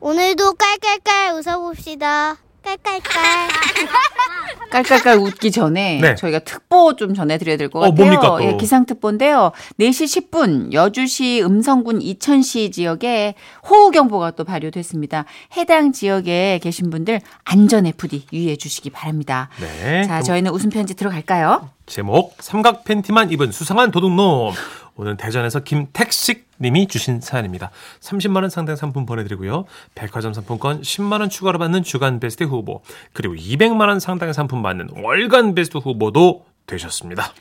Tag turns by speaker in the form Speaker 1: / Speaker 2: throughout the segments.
Speaker 1: 오늘도 깔깔깔 웃어봅시다. 깔깔깔.
Speaker 2: 깔깔깔 웃기 전에
Speaker 3: 네.
Speaker 2: 저희가 특보 좀 전해드려야 될 것
Speaker 3: 어,
Speaker 2: 같아요.
Speaker 3: 뭡니까, 또?
Speaker 2: 예, 기상특보인데요. 4시 10분 여주시 음성군 이천시 지역에 호우경보가 또 발효됐습니다. 해당 지역에 계신 분들 안전에 부디 유의해 주시기 바랍니다.
Speaker 3: 네.
Speaker 2: 자,
Speaker 3: 그럼
Speaker 2: 저희는 웃음 편지 들어갈까요?
Speaker 3: 제목 삼각 팬티만 입은 수상한 도둑놈. 오늘 대전에서 김택식 님이 주신 사연입니다. 30만 원 상당 상품 보내드리고요. 백화점 상품권 10만 원 추가로 받는 주간 베스트 후보 그리고 200만 원 상당의 상품 받는 월간 베스트 후보도 되셨습니다.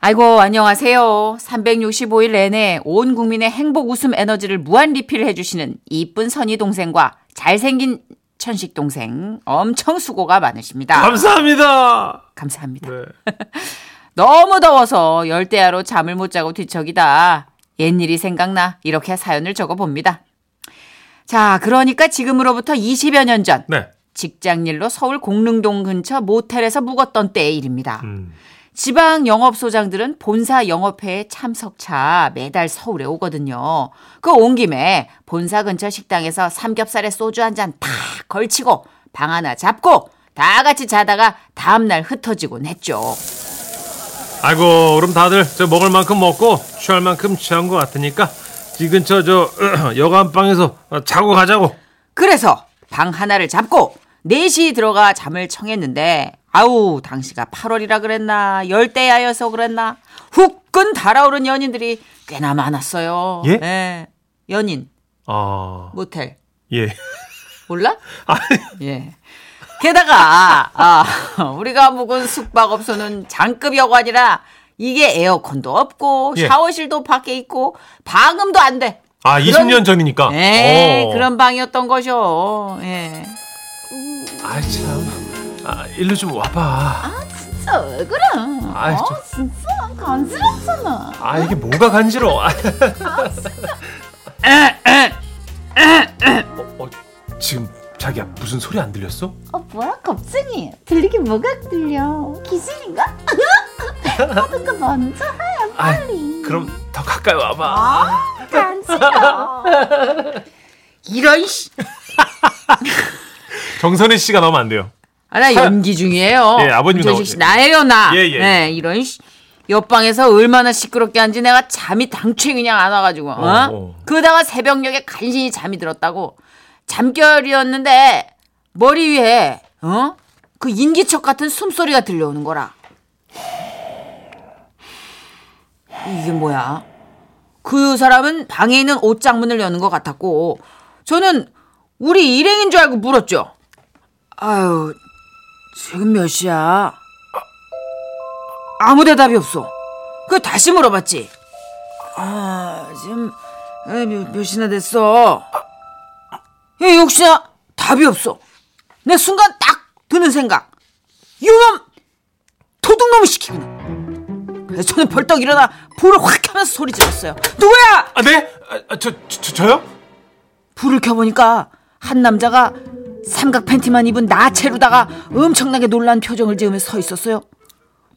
Speaker 2: 아이고, 안녕하세요. 365일 내내 온 국민의 행복 웃음 에너지를 무한 리필해 주시는 이쁜 선희 동생과 잘생긴 천식 동생 엄청 수고가 많으십니다.
Speaker 3: 감사합니다.
Speaker 2: 감사합니다.
Speaker 3: 네.
Speaker 2: 너무 더워서 열대야로 잠을 못 자고 뒤척이다. 옛일이 생각나 이렇게 사연을 적어봅니다. 자, 그러니까 지금으로부터 20여 년 전
Speaker 3: 네.
Speaker 2: 직장일로 서울 공릉동 근처 모텔에서 묵었던 때의 일입니다.
Speaker 3: 음.
Speaker 2: 지방 영업 소장들은 본사 영업회에 참석차 매달 서울에 오거든요. 그 온 김에 본사 근처 식당에서 삼겹살에 소주 한 잔 탁 걸치고 방 하나 잡고 다 같이 자다가 다음날 흩어지곤 했죠.
Speaker 3: 아이고 그럼 다들 저 먹을 만큼 먹고 취할 만큼 취한 것 같으니까 이 근처 저 여관방에서 자고 가자고.
Speaker 2: 그래서 방 하나를 잡고 4시 들어가 잠을 청했는데 아우 당시가 8월이라 그랬나 열대야여서 그랬나 후끈 달아오른 연인들이 꽤나 많았어요.
Speaker 3: 예?
Speaker 2: 연인
Speaker 3: 아
Speaker 2: 모텔
Speaker 3: 예.
Speaker 2: 몰라?
Speaker 3: 아니,
Speaker 2: 예. 게다가 아, 우리가 묵은 숙박업소는 장급 여관이라 이게 에어컨도 없고
Speaker 3: 예.
Speaker 2: 샤워실도 밖에 있고 방음도 안 돼.
Speaker 3: 아,
Speaker 2: 그런-
Speaker 3: 20년 전이니까.
Speaker 2: 에
Speaker 3: 어.
Speaker 2: 네, 그런 방이었던 거죠. 예.
Speaker 3: 아이, 참. 아, 일로 좀 와봐.
Speaker 2: 진짜 왜 그래?
Speaker 3: 아이,
Speaker 2: 어,
Speaker 3: 좀-
Speaker 2: 진짜 간지럽잖아.
Speaker 3: 아, 이게 뭐가 간지러워. 아, 어, 어, 지금 자기야, 무슨 소리 안 들렸어?
Speaker 2: 어 뭐야 겁쟁이? 들리긴 뭐가 들려? 귀신인가? 그거 먼저
Speaker 3: 아, 그럼 더 가까이
Speaker 2: 아.
Speaker 3: 와봐.
Speaker 2: 간지러. 이런 씨.
Speaker 3: 정선혜 씨가 나오면 안 돼요.
Speaker 2: 아나 연기 중이에요.
Speaker 3: 예,
Speaker 2: 문천식
Speaker 3: 아버님이 나오-
Speaker 2: 씨, 나예요 나.
Speaker 3: 예, 예,
Speaker 2: 네, 이런 씨. 옆방에서 얼마나 시끄럽게 한지 내가 잠이 당최 그냥 안 와가지고. 어?
Speaker 3: 어, 어.
Speaker 2: 그러다가 새벽녘에 간신히 잠이 들었다고. 잠결이었는데 머리 위에 어? 그 인기척 같은 숨소리가 들려오는 거라. 이게 뭐야? 그 사람은 방에 있는 옷장 문을 여는 것 같았고 저는 우리 일행인 줄 알고 물었죠. 아유, 지금 몇 시야? 아무 대답이 없어. 그 다시 물어봤지. 아, 지금 에, 몇, 몇 시나 됐어? 예, 역시나 답이 없어. 내 순간 딱 드는 생각. 이놈 도둑놈을 시키구나. 그래서 저는 벌떡 일어나 불을 확 켜면서 소리 질렀어요. 누구야?
Speaker 3: 아, 네? 아, 아, 저, 저, 저- 저요?
Speaker 2: 불을 켜보니까 한 남자가 삼각 팬티만 입은 나체로다가 엄청나게 놀란 표정을 지으며 서 있었어요.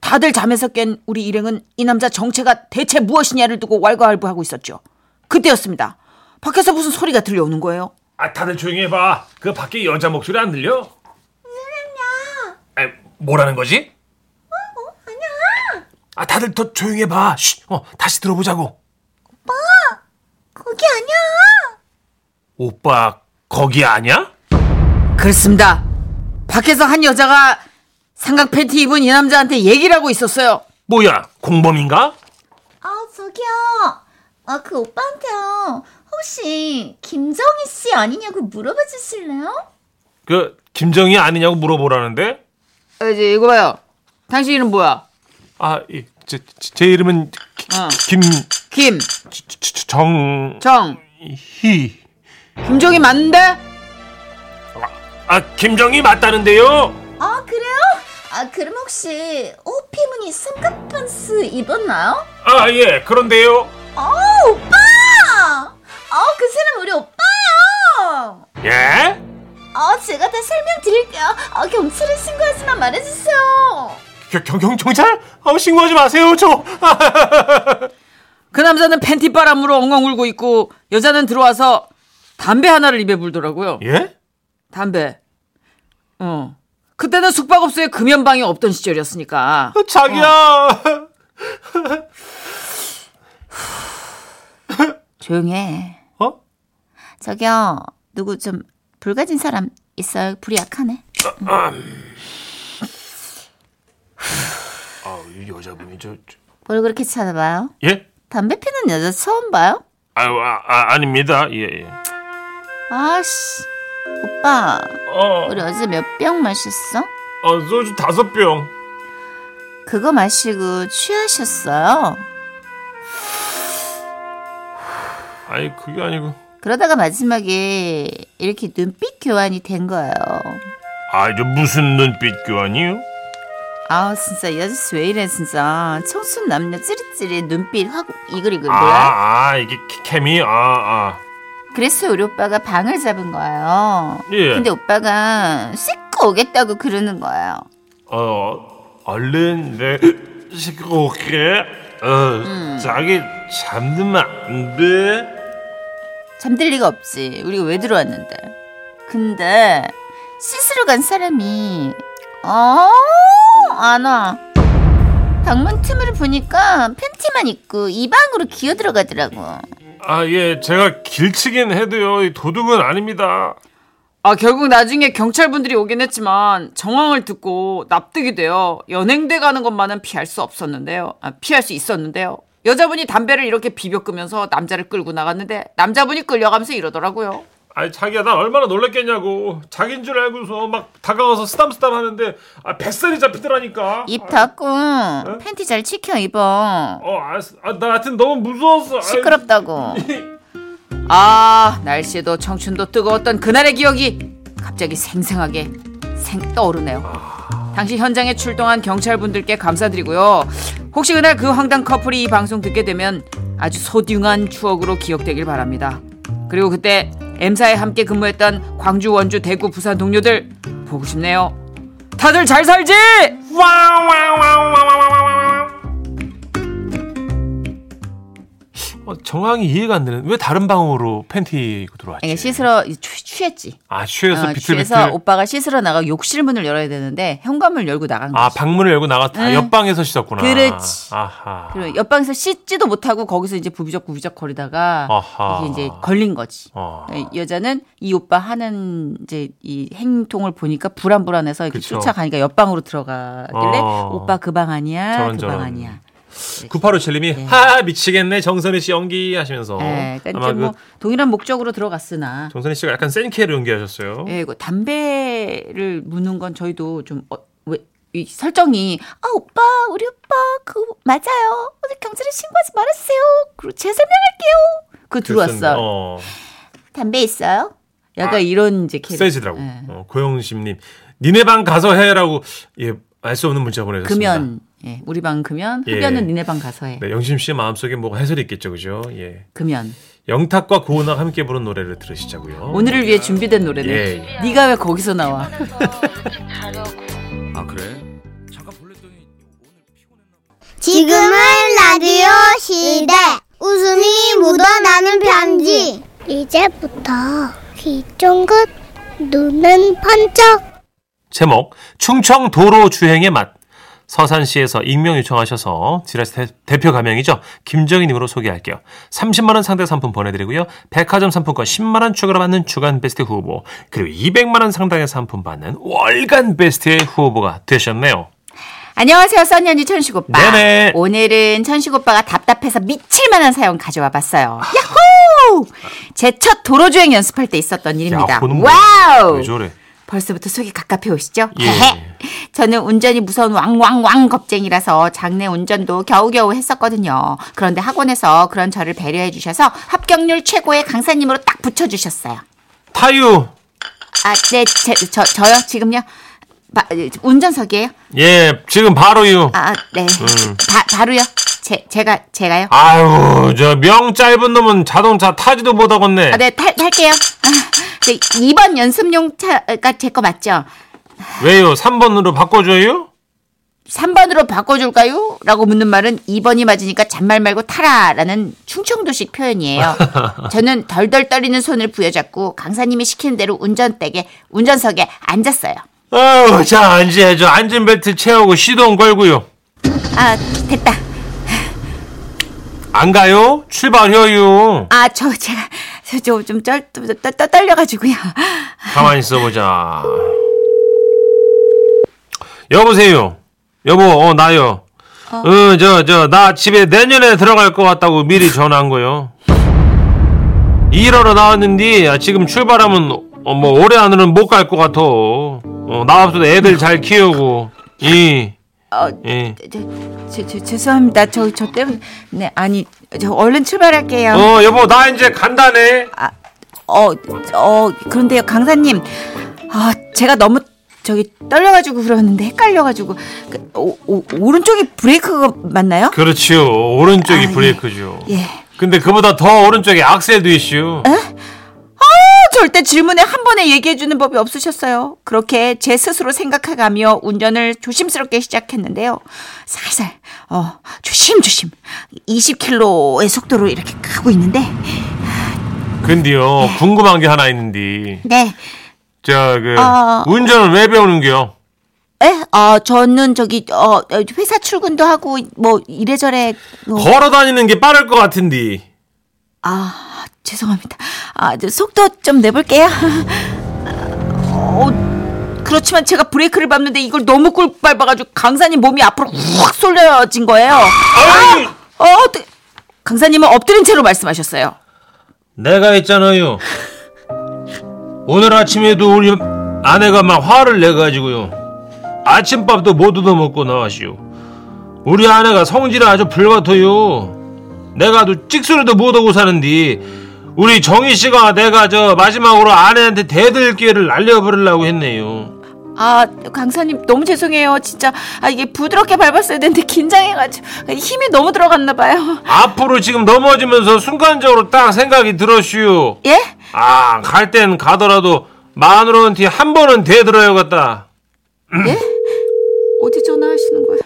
Speaker 2: 다들 잠에서 깬 우리 일행은 이 남자 정체가 대체 무엇이냐를 두고 왈가왈부하고 있었죠. 그때였습니다. 밖에서 무슨 소리가 들려오는 거예요.
Speaker 3: 아, 다들 조용히 해봐. 그 밖에 여자 목소리 안 들려? 들렸냐? 아, 뭐라는 거지? 어, 아니야. 아, 다들 더 조용히 해봐. 쉿, 어, 다시 들어보자고.
Speaker 1: 거기 아니야.
Speaker 3: 오빠, 거기 아니야?
Speaker 2: 그렇습니다. 밖에서 한 여자가 삼각 팬티 입은 이 남자한테 얘기를 하고 있었어요.
Speaker 3: 뭐야, 공범인가?
Speaker 1: 아 저기요. 아 그 오빠한테요. 혹시 김정희 씨 아니냐고 물어봐 주실래요?
Speaker 3: 그, 김정희 아니냐고 물어보라는데?
Speaker 2: 이제 이거 봐요. 당신 이름 뭐야?
Speaker 3: 아, 이, 제, 제- 제 이름은 기- 기-
Speaker 2: 어.
Speaker 3: 김,
Speaker 2: 김,
Speaker 3: 지- 지- 지- 정,
Speaker 2: 정,
Speaker 3: 희.
Speaker 2: 김종이 맞는데?
Speaker 3: 아, 김정희 맞다는데요?
Speaker 1: 아 그래요? 아 그럼 혹시 호피문이 삼각 팬츠 입었나요?
Speaker 3: 아, 예, 그런데요.
Speaker 1: 아 오빠! 아그 사람 우리 오빠요.
Speaker 3: 예?
Speaker 1: 아 제가 다 설명드릴게요. 아 경찰에 신고하지만 말해주세요.
Speaker 3: 경, 경, 경, 경찰? 아, 신고하지 마세요, 저. 아,
Speaker 2: 그 남자는 팬티 바람으로 엉엉 울고 있고 여자는 들어와서 담배 하나를 입에 불더라고요.
Speaker 3: 예?
Speaker 2: 담배. 어. 그때는 숙박업소에 금연방이 없던 시절이었으니까.
Speaker 3: 어, 자기야.
Speaker 1: 조용해.
Speaker 3: 어?
Speaker 1: 저기요, 누구 좀 불가진 사람 있어요? 불이 약하네.
Speaker 3: 아, 이 여자분이 저, 저
Speaker 1: 뭘 그렇게 쳐다봐요?
Speaker 3: 예?
Speaker 1: 담배 피는 여자 처음 봐요?
Speaker 3: 아, 아, 아 아닙니다. 예, 예.
Speaker 1: 아씨, 오빠,
Speaker 3: 어,
Speaker 1: 우리 어제 몇 병 마셨어?
Speaker 3: 어 소주 다섯 병.
Speaker 1: 그거 마시고 취하셨어요?
Speaker 3: 아니, 그게 아니고.
Speaker 1: 그러다가 마지막에 이렇게 눈빛 교환이 된 거예요.
Speaker 3: 아, 저 무슨 눈빛 교환이요?
Speaker 1: 아 진짜 이 아저씨 왜 이래 진짜 청순 남녀 찌릿찌릿 눈빛 확 이글이글 뭐야?
Speaker 3: 아, 아, 이게 키- 케미. 아, 아.
Speaker 1: 그래서 우리 오빠가 방을 잡은 거예요.
Speaker 3: 예.
Speaker 1: 근데 오빠가 씻고 오겠다고 그러는 거예요.
Speaker 3: 어, 얼른 내 씻고 올게. 어,
Speaker 1: 음.
Speaker 3: 자기 잠들면 안 돼.
Speaker 1: 잠들 리가 없지. 우리가 왜 들어왔는데. 근데 씻으러 간 사람이 어? 어안 와. 방문 틈을 보니까 팬티만 입고 이 방으로 기어 들어가더라고.
Speaker 3: 아, 예, 제가 길치긴 해도요, 이 도둑은 아닙니다.
Speaker 2: 아, 결국 나중에 경찰분들이 오긴 했지만 정황을 듣고 납득이 되어 연행돼 가는 것만은 피할 수 없었는데요. 아, 피할 수 있었는데요. 여자분이 담배를 이렇게 비벼 끄면서 남자를 끌고 나갔는데 남자분이 끌려가면서 이러더라고요.
Speaker 3: 아니 자기야 나 얼마나 놀랬겠냐고 자기인 줄 알고서 막 다가와서 쓰담쓰담 하는데 아 뱃살이 잡히더라니까 아,
Speaker 1: 입 닫고 팬티 잘 지켜 입어.
Speaker 3: 어 알았어 아, 나 하여튼 너무 무서웠어
Speaker 1: 시끄럽다고.
Speaker 2: 아, 날씨도 청춘도 뜨거웠던 그날의 기억이 갑자기 생생하게 생 떠오르네요. 당시 현장에 출동한 경찰분들께 감사드리고요. 혹시 그날 그 황당 커플이 이 방송 듣게 되면 아주 소중한 추억으로 기억되길 바랍니다. 그리고 그때 M사에 함께 근무했던 광주, 원주, 대구, 부산 동료들 보고 싶네요. 다들 잘 살지?
Speaker 3: 어, 정황이 이해가 안 되는 왜 다른 방으로 팬티 입고 들어왔지
Speaker 1: 이게 씻으러 취, 취했지.
Speaker 3: 아 취해서
Speaker 1: 어,
Speaker 3: 비틀비틀
Speaker 1: 취해서 오빠가 씻으러 나가 욕실 문을 열어야 되는데 현관문을 열고 나간 거지.
Speaker 3: 아 방문을 열고 나갔다 옆방에서 씻었구나
Speaker 1: 그렇지.
Speaker 3: 아하
Speaker 1: 그리고 옆방에서 씻지도 못하고 거기서 이제 부비적 부비적 거리다가
Speaker 3: 아하.
Speaker 1: 이게 이제 걸린 거지.
Speaker 3: 어.
Speaker 1: 여자는 이 오빠 하는 이제 이 행동을 보니까 불안불안해서 이렇게
Speaker 3: 그쵸.
Speaker 1: 쫓아가니까 옆방으로 들어가길래
Speaker 3: 어.
Speaker 1: 오빠 그 방 아니야,
Speaker 3: 저런,
Speaker 1: 그 방
Speaker 3: 저런.
Speaker 1: 아니야.
Speaker 3: 9857님이 하 미치겠네 정선희 씨 연기 하시면서
Speaker 1: 예, 네. 그러니까
Speaker 3: 아마
Speaker 1: 이제
Speaker 3: 그
Speaker 1: 뭐 동일한 목적으로 들어갔으나
Speaker 3: 정선희 씨가 약간 센 캐를 연기하셨어요
Speaker 1: 예, 이거 담배를 무는 건 저희도 좀 어, 왜, 이 설정이 아 오빠 우리 오빠 그 맞아요 오늘 경찰에 신고하지 말았어요 그리고 제가 설명할게요 그 들어왔어 요
Speaker 3: 어.
Speaker 1: 담배 있어요? 약간
Speaker 3: 아,
Speaker 1: 이런 이제 캐릭터
Speaker 3: 세지더라고.
Speaker 1: 네.
Speaker 3: 어, 고영심님, 니네 방 가서 해라고 예알 수 없는 문자 보내셨습니다.
Speaker 1: 금연 예, 우리 방 금연
Speaker 3: 예.
Speaker 1: 흡연은 니네 방 가서 해
Speaker 3: 네, 영심 씨의 마음속에 뭐가 해설이 있겠죠, 그죠? 예.
Speaker 1: 금연
Speaker 3: 영탁과 고은아 함께 부른 노래를 들으시자고요.
Speaker 1: 오늘을 위해 준비된 노래는
Speaker 3: 예.
Speaker 1: 네가 왜 거기서 나와
Speaker 4: 아 그래?
Speaker 5: 지금은 라디오 시대. 웃음이 묻어나는 편지. 이제부터 귀 쫑긋, 눈은 번쩍.
Speaker 3: 제목 충청 도로 주행의 맛. 서산시에서 익명 요청하셔서 지라시 대- 대표 가명이죠. 김정희님으로 소개할게요. 30만 원 상당 상품 보내드리고요. 백화점 상품권 10만 원 추가로 받는 주간 베스트 후보 그리고 200만 원 상당의 상품 받는 월간 베스트의 후보가 되셨네요.
Speaker 1: 안녕하세요 써니 언니 천식 오빠
Speaker 3: 네네.
Speaker 1: 오늘은 천식 오빠가 답답해서 미칠만한 사연 가져와
Speaker 3: 아.
Speaker 1: 봤어요 야호 제 첫 도로주행 연습할 때 있었던 일입니다
Speaker 3: 야, 그건 뭐-
Speaker 1: 와우
Speaker 3: 왜 저래?
Speaker 1: 벌써부터 속이 갑갑해 오시죠?
Speaker 3: 예.
Speaker 1: 헤헤. 저는 운전이 무서운 왕왕왕 겁쟁이라서 장내 운전도 겨우겨우 했었거든요. 그런데 학원에서 그런 저를 배려해 주셔서 합격률 최고의 강사님으로 딱 붙여주셨어요.
Speaker 3: 타유
Speaker 1: 아, 네, 제, 저, 저요? 지금요? 바- 운전석이에요?
Speaker 3: 예, 지금 바로 이후.
Speaker 1: 아, 네. 바, 바로요? 제, 제가, 제가요?
Speaker 3: 아유, 저 명 짧은 놈은 자동차 타지도 못하겠네.
Speaker 1: 아, 네, 탈, 탈게요. 아, 네, 2번 연습용 차가 제 거 맞죠?
Speaker 3: 왜요? 3번으로 바꿔줘요?
Speaker 1: 3번으로 바꿔줄까요? 라고 묻는 말은 2번이 맞으니까 잔말 말고 타라 라는 충청도식 표현이에요. 저는 덜덜 떨리는 손을 부여잡고 강사님이 시키는 대로 운전대에 운전석에 앉았어요.
Speaker 3: 아우, 자, 앉아야죠. 안전벨트 채우고 시동 걸고요.
Speaker 1: 아 됐다.
Speaker 3: 안 가요? 출발해요.
Speaker 1: 아 저 제가 저좀 떨려가지고요.
Speaker 3: 가만히 있어보자. 여보세요. 여보, 어, 나요. 어, 저, 저, 나 집에 내년에 들어갈 것 같다고 미리 전화한 거요. 일하러 나왔는데, 아, 지금 출발하면, 어, 뭐, 올해 안으로는 못 갈 것 같아. 어, 나 없어도 애들 잘 키우고, 이,
Speaker 1: 어,
Speaker 3: 이.
Speaker 1: 저, 저, 저, 죄송합니다. 저, 저 때문에. 네, 아니, 저 얼른 출발할게요.
Speaker 3: 어, 여보, 나 이제 간다네.
Speaker 1: 아, 어, 어, 그런데요, 강사님. 아, 제가 너무 저기 떨려가지고 그러는데 헷갈려가지고. 그, 오, 오, 오른쪽이 브레이크가 맞나요? 어,
Speaker 3: 그렇지요. 오른쪽이
Speaker 1: 아,
Speaker 3: 브레이크죠.
Speaker 1: 예.
Speaker 3: 근데 그보다 더 오른쪽이 악셀도 이슈.
Speaker 1: 어, 절대 질문에 한 번에 얘기해주는 법이 없으셨어요. 그렇게 제 스스로 생각해가며 운전을 조심스럽게 시작했는데요. 살살, 어, 조심조심. 20km의 속도로 이렇게 가고 있는데.
Speaker 3: 근데요,
Speaker 1: 예.
Speaker 3: 궁금한 게 하나 있는데.
Speaker 1: 네.
Speaker 3: 저, 그,
Speaker 1: 아.
Speaker 3: 운전을 왜 배우는겨?
Speaker 1: 에? 아, 저는 저기 어 회사 출근도 하고 뭐 이래저래 뭐-
Speaker 3: 걸어 다니는 게 빠를 것 같은데.
Speaker 1: 아, 죄송합니다. 아, 저 속도 좀 내볼게요. 어, 그렇지만 제가 브레이크를 밟는데 이걸 너무 꿀 밟아가지고 강사님 몸이 앞으로 확 쏠려진 거예요.
Speaker 3: 아유!
Speaker 1: 어, 어떡- 강사님은 엎드린 채로 말씀하셨어요.
Speaker 3: 내가 있잖아요. 오늘 아침에도 우리 아내가 막 화를 내가지고요. 아침밥도 못 얻어먹고 나왔시오. 우리 아내가 성질이 아주 불같아요. 내가 또 찍소리도 못 하고 사는데 우리 정희 씨가 내가 저 마지막으로 아내한테 대들 기회를 날려버리려고 했네요.
Speaker 1: 아, 강사님 너무 죄송해요. 진짜 아, 이게 부드럽게 밟았어야 되는데 긴장해가지고 힘이 너무 들어갔나 봐요.
Speaker 3: 앞으로 지금 넘어지면서 순간적으로 딱 생각이 들었슈.
Speaker 1: 예?
Speaker 3: 아, 갈 땐 가더라도 마누라는 뒤한 번은 대들어야겠다.
Speaker 1: 어디 전화하시는 거예요?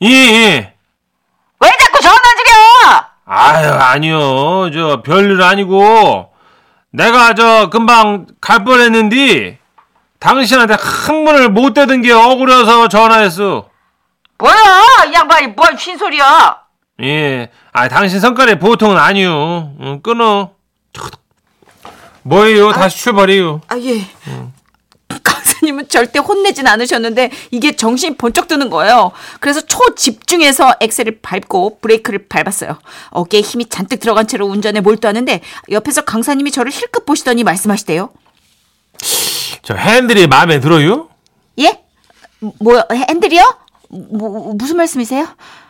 Speaker 3: 이, 이.
Speaker 1: 왜 자꾸 전화드려?
Speaker 3: 아유, 아니요. 저, 별일 아니고, 내가 저, 금방 갈 뻔했는데, 당신한테 한 번을 못 대든 게 억울해서 전화했어.
Speaker 1: 뭐야 이 양반이 뭔 쉰소리야?
Speaker 3: 예. 아, 당신 성깔이 보통은 아니요. 응, 끊어. 뭐예요? 다시 출발해요.
Speaker 1: 아 예. 강사님은 절대 혼내진 않으셨는데 이게 정신이 번쩍 드는 거예요. 그래서 초집중해서 엑셀을 밟고 브레이크를 밟았어요. 어깨에 힘이 잔뜩 들어간 채로 운전에 몰두하는데 옆에서 강사님이 저를 힐끗 보시더니 말씀하시대요.
Speaker 3: 저, 핸들이 마음에 들어요?
Speaker 1: 예? 뭐야 핸들이요? 뭐, 무슨 말씀이세요?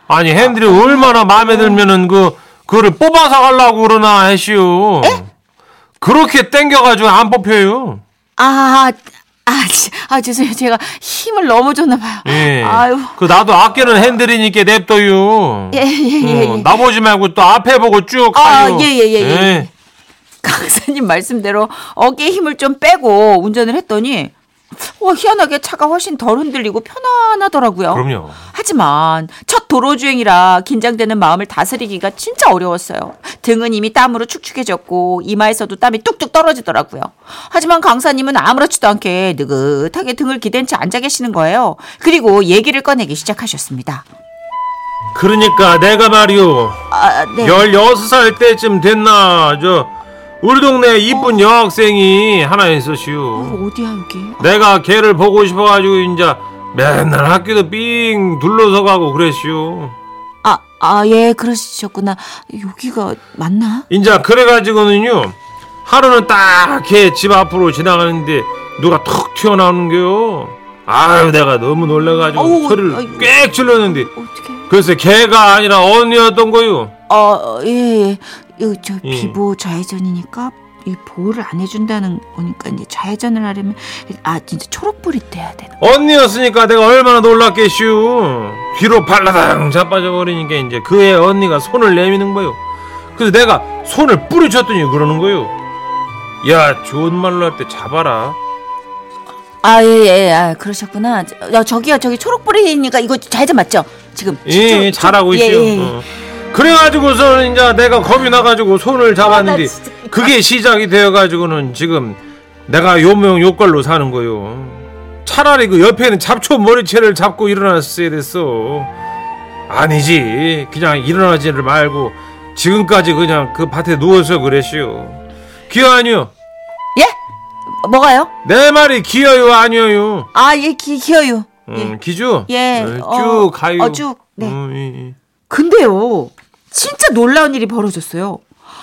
Speaker 3: 아니, 핸들이 얼마나 마음에 들면은 그, 그거를 뽑아서 가려고 그러나, 해시오. 그렇게 땡겨가지고 안 뽑혀요.
Speaker 1: 아, 아, 지- 아 죄송해요. 제가 힘을 너무 줬나 봐요.
Speaker 3: 예.
Speaker 1: 아유.
Speaker 3: 그 나도 아끼는 핸들이니까 냅둬요.
Speaker 1: 예, 예, 예,
Speaker 3: 어,
Speaker 1: 예.
Speaker 3: 나머지 말고 또 앞에 보고 쭉
Speaker 1: 아,
Speaker 3: 가요.
Speaker 1: 예, 예, 예, 예. 강사님 말씀대로 어깨에 힘을 좀 빼고 운전을 했더니 와, 희한하게 차가 훨씬 덜 흔들리고 편안하더라고요.
Speaker 3: 그럼요.
Speaker 1: 하지만 첫 도로주행이라 긴장되는 마음을 다스리기가 진짜 어려웠어요. 등은 이미 땀으로 축축해졌고 이마에서도 땀이 뚝뚝 떨어지더라고요. 하지만 강사님은 아무렇지도 않게 느긋하게 등을 기댄 채 앉아 계시는 거예요. 그리고 얘기를 꺼내기 시작하셨습니다.
Speaker 3: 그러니까 내가 말이요.
Speaker 1: 아, 네.
Speaker 3: 16살 때쯤 됐나. 저 우리 동네 이쁜 여학생이 하나 있었시오.
Speaker 1: 어디야 여기?
Speaker 3: 내가 걔를 보고 싶어 가지고 이제 맨날 학교도 삥 둘러서 가고 그랬시오.
Speaker 1: 아, 아, 예, 그러셨구나. 여기가 맞나?
Speaker 3: 이제 그래가지고는요 하루는 딱 걔 집 앞으로 지나가는데 누가 툭 튀어나오는 게요 아유 내가 너무 놀래가지고
Speaker 1: 어우,
Speaker 3: 소리를
Speaker 1: 아이고.
Speaker 3: 꽥 질렀는데
Speaker 1: 어떻게?
Speaker 3: 글쎄 걔가 아니라 언니였던 거요
Speaker 1: 어, 예, 예. 이거 저
Speaker 3: 예.
Speaker 1: 비보 좌회전이니까 이 보호를 안 해준다는 거니까 이제 좌회전을 하려면 아 진짜 초록불이 돼야 되는.
Speaker 3: 언니였으니까 내가 얼마나 놀랐겠슈 뒤로 발라당 자빠져버리니까 이제 그애 언니가 손을 내미는 거요 그래서 내가 손을 뿌리쳤더니 그러는 거요 야 좋은 말로 할 때 잡아라
Speaker 2: 아, 예, 예, 아, 그러셨구나. 저,
Speaker 1: 어,
Speaker 2: 야, 저기요, 저기 초록불이니까 이거 잘자 맞죠? 지금.
Speaker 3: 예,
Speaker 2: 초-
Speaker 3: 예,
Speaker 2: 초-
Speaker 3: 잘하고
Speaker 2: 예,
Speaker 3: 있어요.
Speaker 2: 예, 예.
Speaker 3: 어. 그래가지고서는 이제 내가 겁이 나가지고
Speaker 2: 아,
Speaker 3: 손을 잡았는데 그게 시작이 되어가지고는 지금 내가 요명 요걸로 사는 거요. 차라리 그 옆에 있는 잡초 머리채를 잡고 일어났어야 됐어. 아니지, 그냥 일어나지를 말고 지금까지 그냥 그 밭에 누워서 그랬시오. 귀여 아니요.
Speaker 2: 예? 뭐가요?
Speaker 3: 내 말이 귀여요 아니요.
Speaker 2: 아, 예, 기, 기어요.
Speaker 3: 음, 기주.
Speaker 2: 예,
Speaker 3: 네,
Speaker 2: 어,
Speaker 3: 쭉 가요.
Speaker 2: 어, 쭉, 네.
Speaker 3: 음, 예, 예.
Speaker 1: 근데요.
Speaker 2: 진짜 놀라운 일이 벌어졌어요.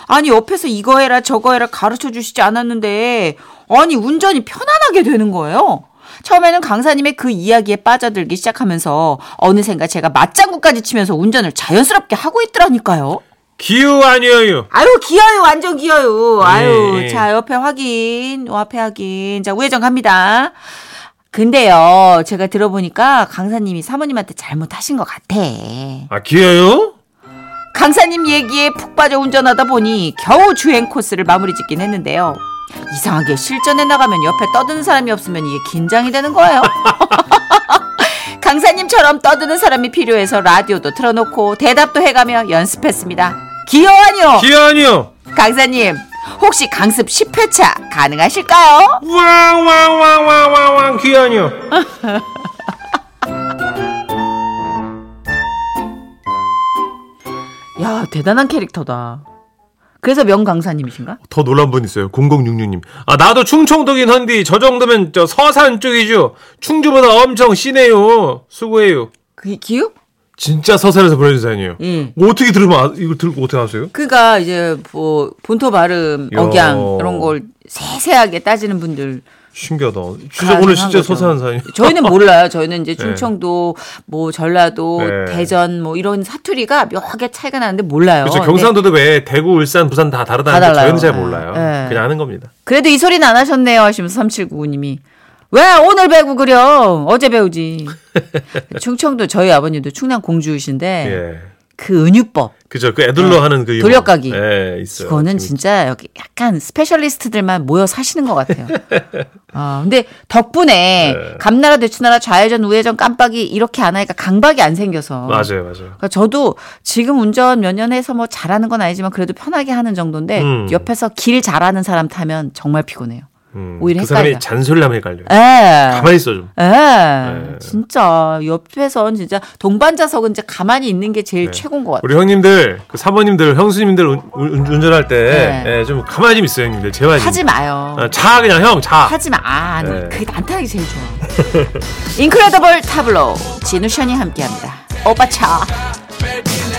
Speaker 2: 아니, 옆에서 이거 해라, 저거 해라 가르쳐 주시지 않았는데, 아니, 운전이 편안하게 되는 거예요. 처음에는 강사님의 그 이야기에 빠져들기 시작하면서, 어느샌가 제가 맞장구까지 치면서 운전을 자연스럽게 하고 있더라니까요.
Speaker 3: 기우 아니에요.
Speaker 2: 아유 귀여요 완전 귀여요 아유
Speaker 3: 예.
Speaker 2: 자 옆에 확인 어, 앞에 확인 자 우회전 갑니다 근데요 제가 들어보니까 강사님이 사모님한테 잘못하신 것 같아
Speaker 3: 아 기어요?
Speaker 2: 강사님 얘기에 푹 빠져 운전하다 보니 겨우 주행 코스를 마무리 짓긴 했는데요 이상하게 실전에 나가면 옆에 떠드는 사람이 없으면 이게 긴장이 되는 거예요 강사님처럼 떠드는 사람이 필요해서 라디오도 틀어놓고 대답도 해가며 연습했습니다 귀여워 아니요
Speaker 3: 기아니요.
Speaker 2: 강사님, 혹시 강습 10회차 가능하실까요?
Speaker 3: 왕왕왕왕왕왕 기아니요.
Speaker 2: 야, 대단한 캐릭터다. 그래서 명 강사님이신가?
Speaker 3: 더 놀란 분 있어요. 0066님. 아 나도 충청도긴 한데 저 정도면 저 서산 쪽이죠. 충주보다 엄청 시네요. 수고해요.
Speaker 2: 그 기우?
Speaker 3: 진짜 서산에서 보내준 사연이에요.
Speaker 2: 응.
Speaker 3: 어떻게 들으면 아, 이걸 들고 어떻게 아세요?
Speaker 2: 그가 이제 뭐 본토 발음,
Speaker 3: 야.
Speaker 2: 억양 이런 걸 세세하게 따지는 분들
Speaker 3: 신기하다. 진짜 오늘 진짜
Speaker 2: 거죠. 어,
Speaker 3: 서산 사연.
Speaker 2: 저희는 몰라요. 저희는 이제 충청도, 뭐 전라도,
Speaker 3: 네.
Speaker 2: 대전 뭐 이런 사투리가 묘하게 차이가 나는데 몰라요.
Speaker 3: 그렇죠.
Speaker 2: 근데
Speaker 3: 경상도도 왜 대구, 울산, 부산 다 다르다는데
Speaker 2: 네. 다 달라요.
Speaker 3: 저희는 잘 몰라요.
Speaker 2: 네.
Speaker 3: 그냥 아는 겁니다.
Speaker 2: 그래도 이 소리는 안 하셨네요 하시면서 3799님이 왜 오늘 배우고 그려 어제 배우지 충청도 저희 아버님도 충남 공주이신데
Speaker 3: 예.
Speaker 2: 그 은유법
Speaker 3: 그죠. 그 애들로 하는 그
Speaker 2: 네.
Speaker 3: 유머.
Speaker 2: 돌려가기.
Speaker 3: 예, 있어요.
Speaker 2: 그거는
Speaker 3: 재밌-
Speaker 2: 진짜 여기 약간 스페셜리스트들만 모여 사시는 것 같아요. 아 근데 덕분에
Speaker 3: 네.
Speaker 2: 감나라 대추나라 좌회전 우회전 깜빡이 이렇게 안 하니까 강박이 안 생겨서
Speaker 3: 맞아요, 맞아요.
Speaker 2: 그러니까 저도 지금 운전 몇 년 해서 뭐 잘하는 건 아니지만 그래도 편하게 하는 정도인데
Speaker 3: 음.
Speaker 2: 옆에서 길 잘하는 사람 타면 정말 피곤해요.
Speaker 3: 음,
Speaker 2: 오히려
Speaker 3: 그 사람이
Speaker 2: 헷갈려.
Speaker 3: 잔소리하면 헷갈려요.
Speaker 2: 예.
Speaker 3: 가만히 있어 좀.
Speaker 2: 예.
Speaker 3: 네.
Speaker 2: 진짜 옆에선 진짜 동반자석은 이제 가만히 있는 게
Speaker 3: 네.
Speaker 2: 제일 최고인 것 같아요.
Speaker 3: 우리 형님들, 그 사모님들, 형수님들 운, 운- 운전할 때,
Speaker 2: 네.
Speaker 3: 예, 좀 가만히 좀 있어요, 형님들. 제발. 좀.
Speaker 2: 하지 마요.
Speaker 3: 아, 자, 그냥 형, 자.
Speaker 2: 하지 마. 아, 니
Speaker 3: 네.
Speaker 2: 그게 난타하기 제일 좋아. 인크레더블 타블로 진우션이 함께합니다. 오빠 차.
Speaker 6: baby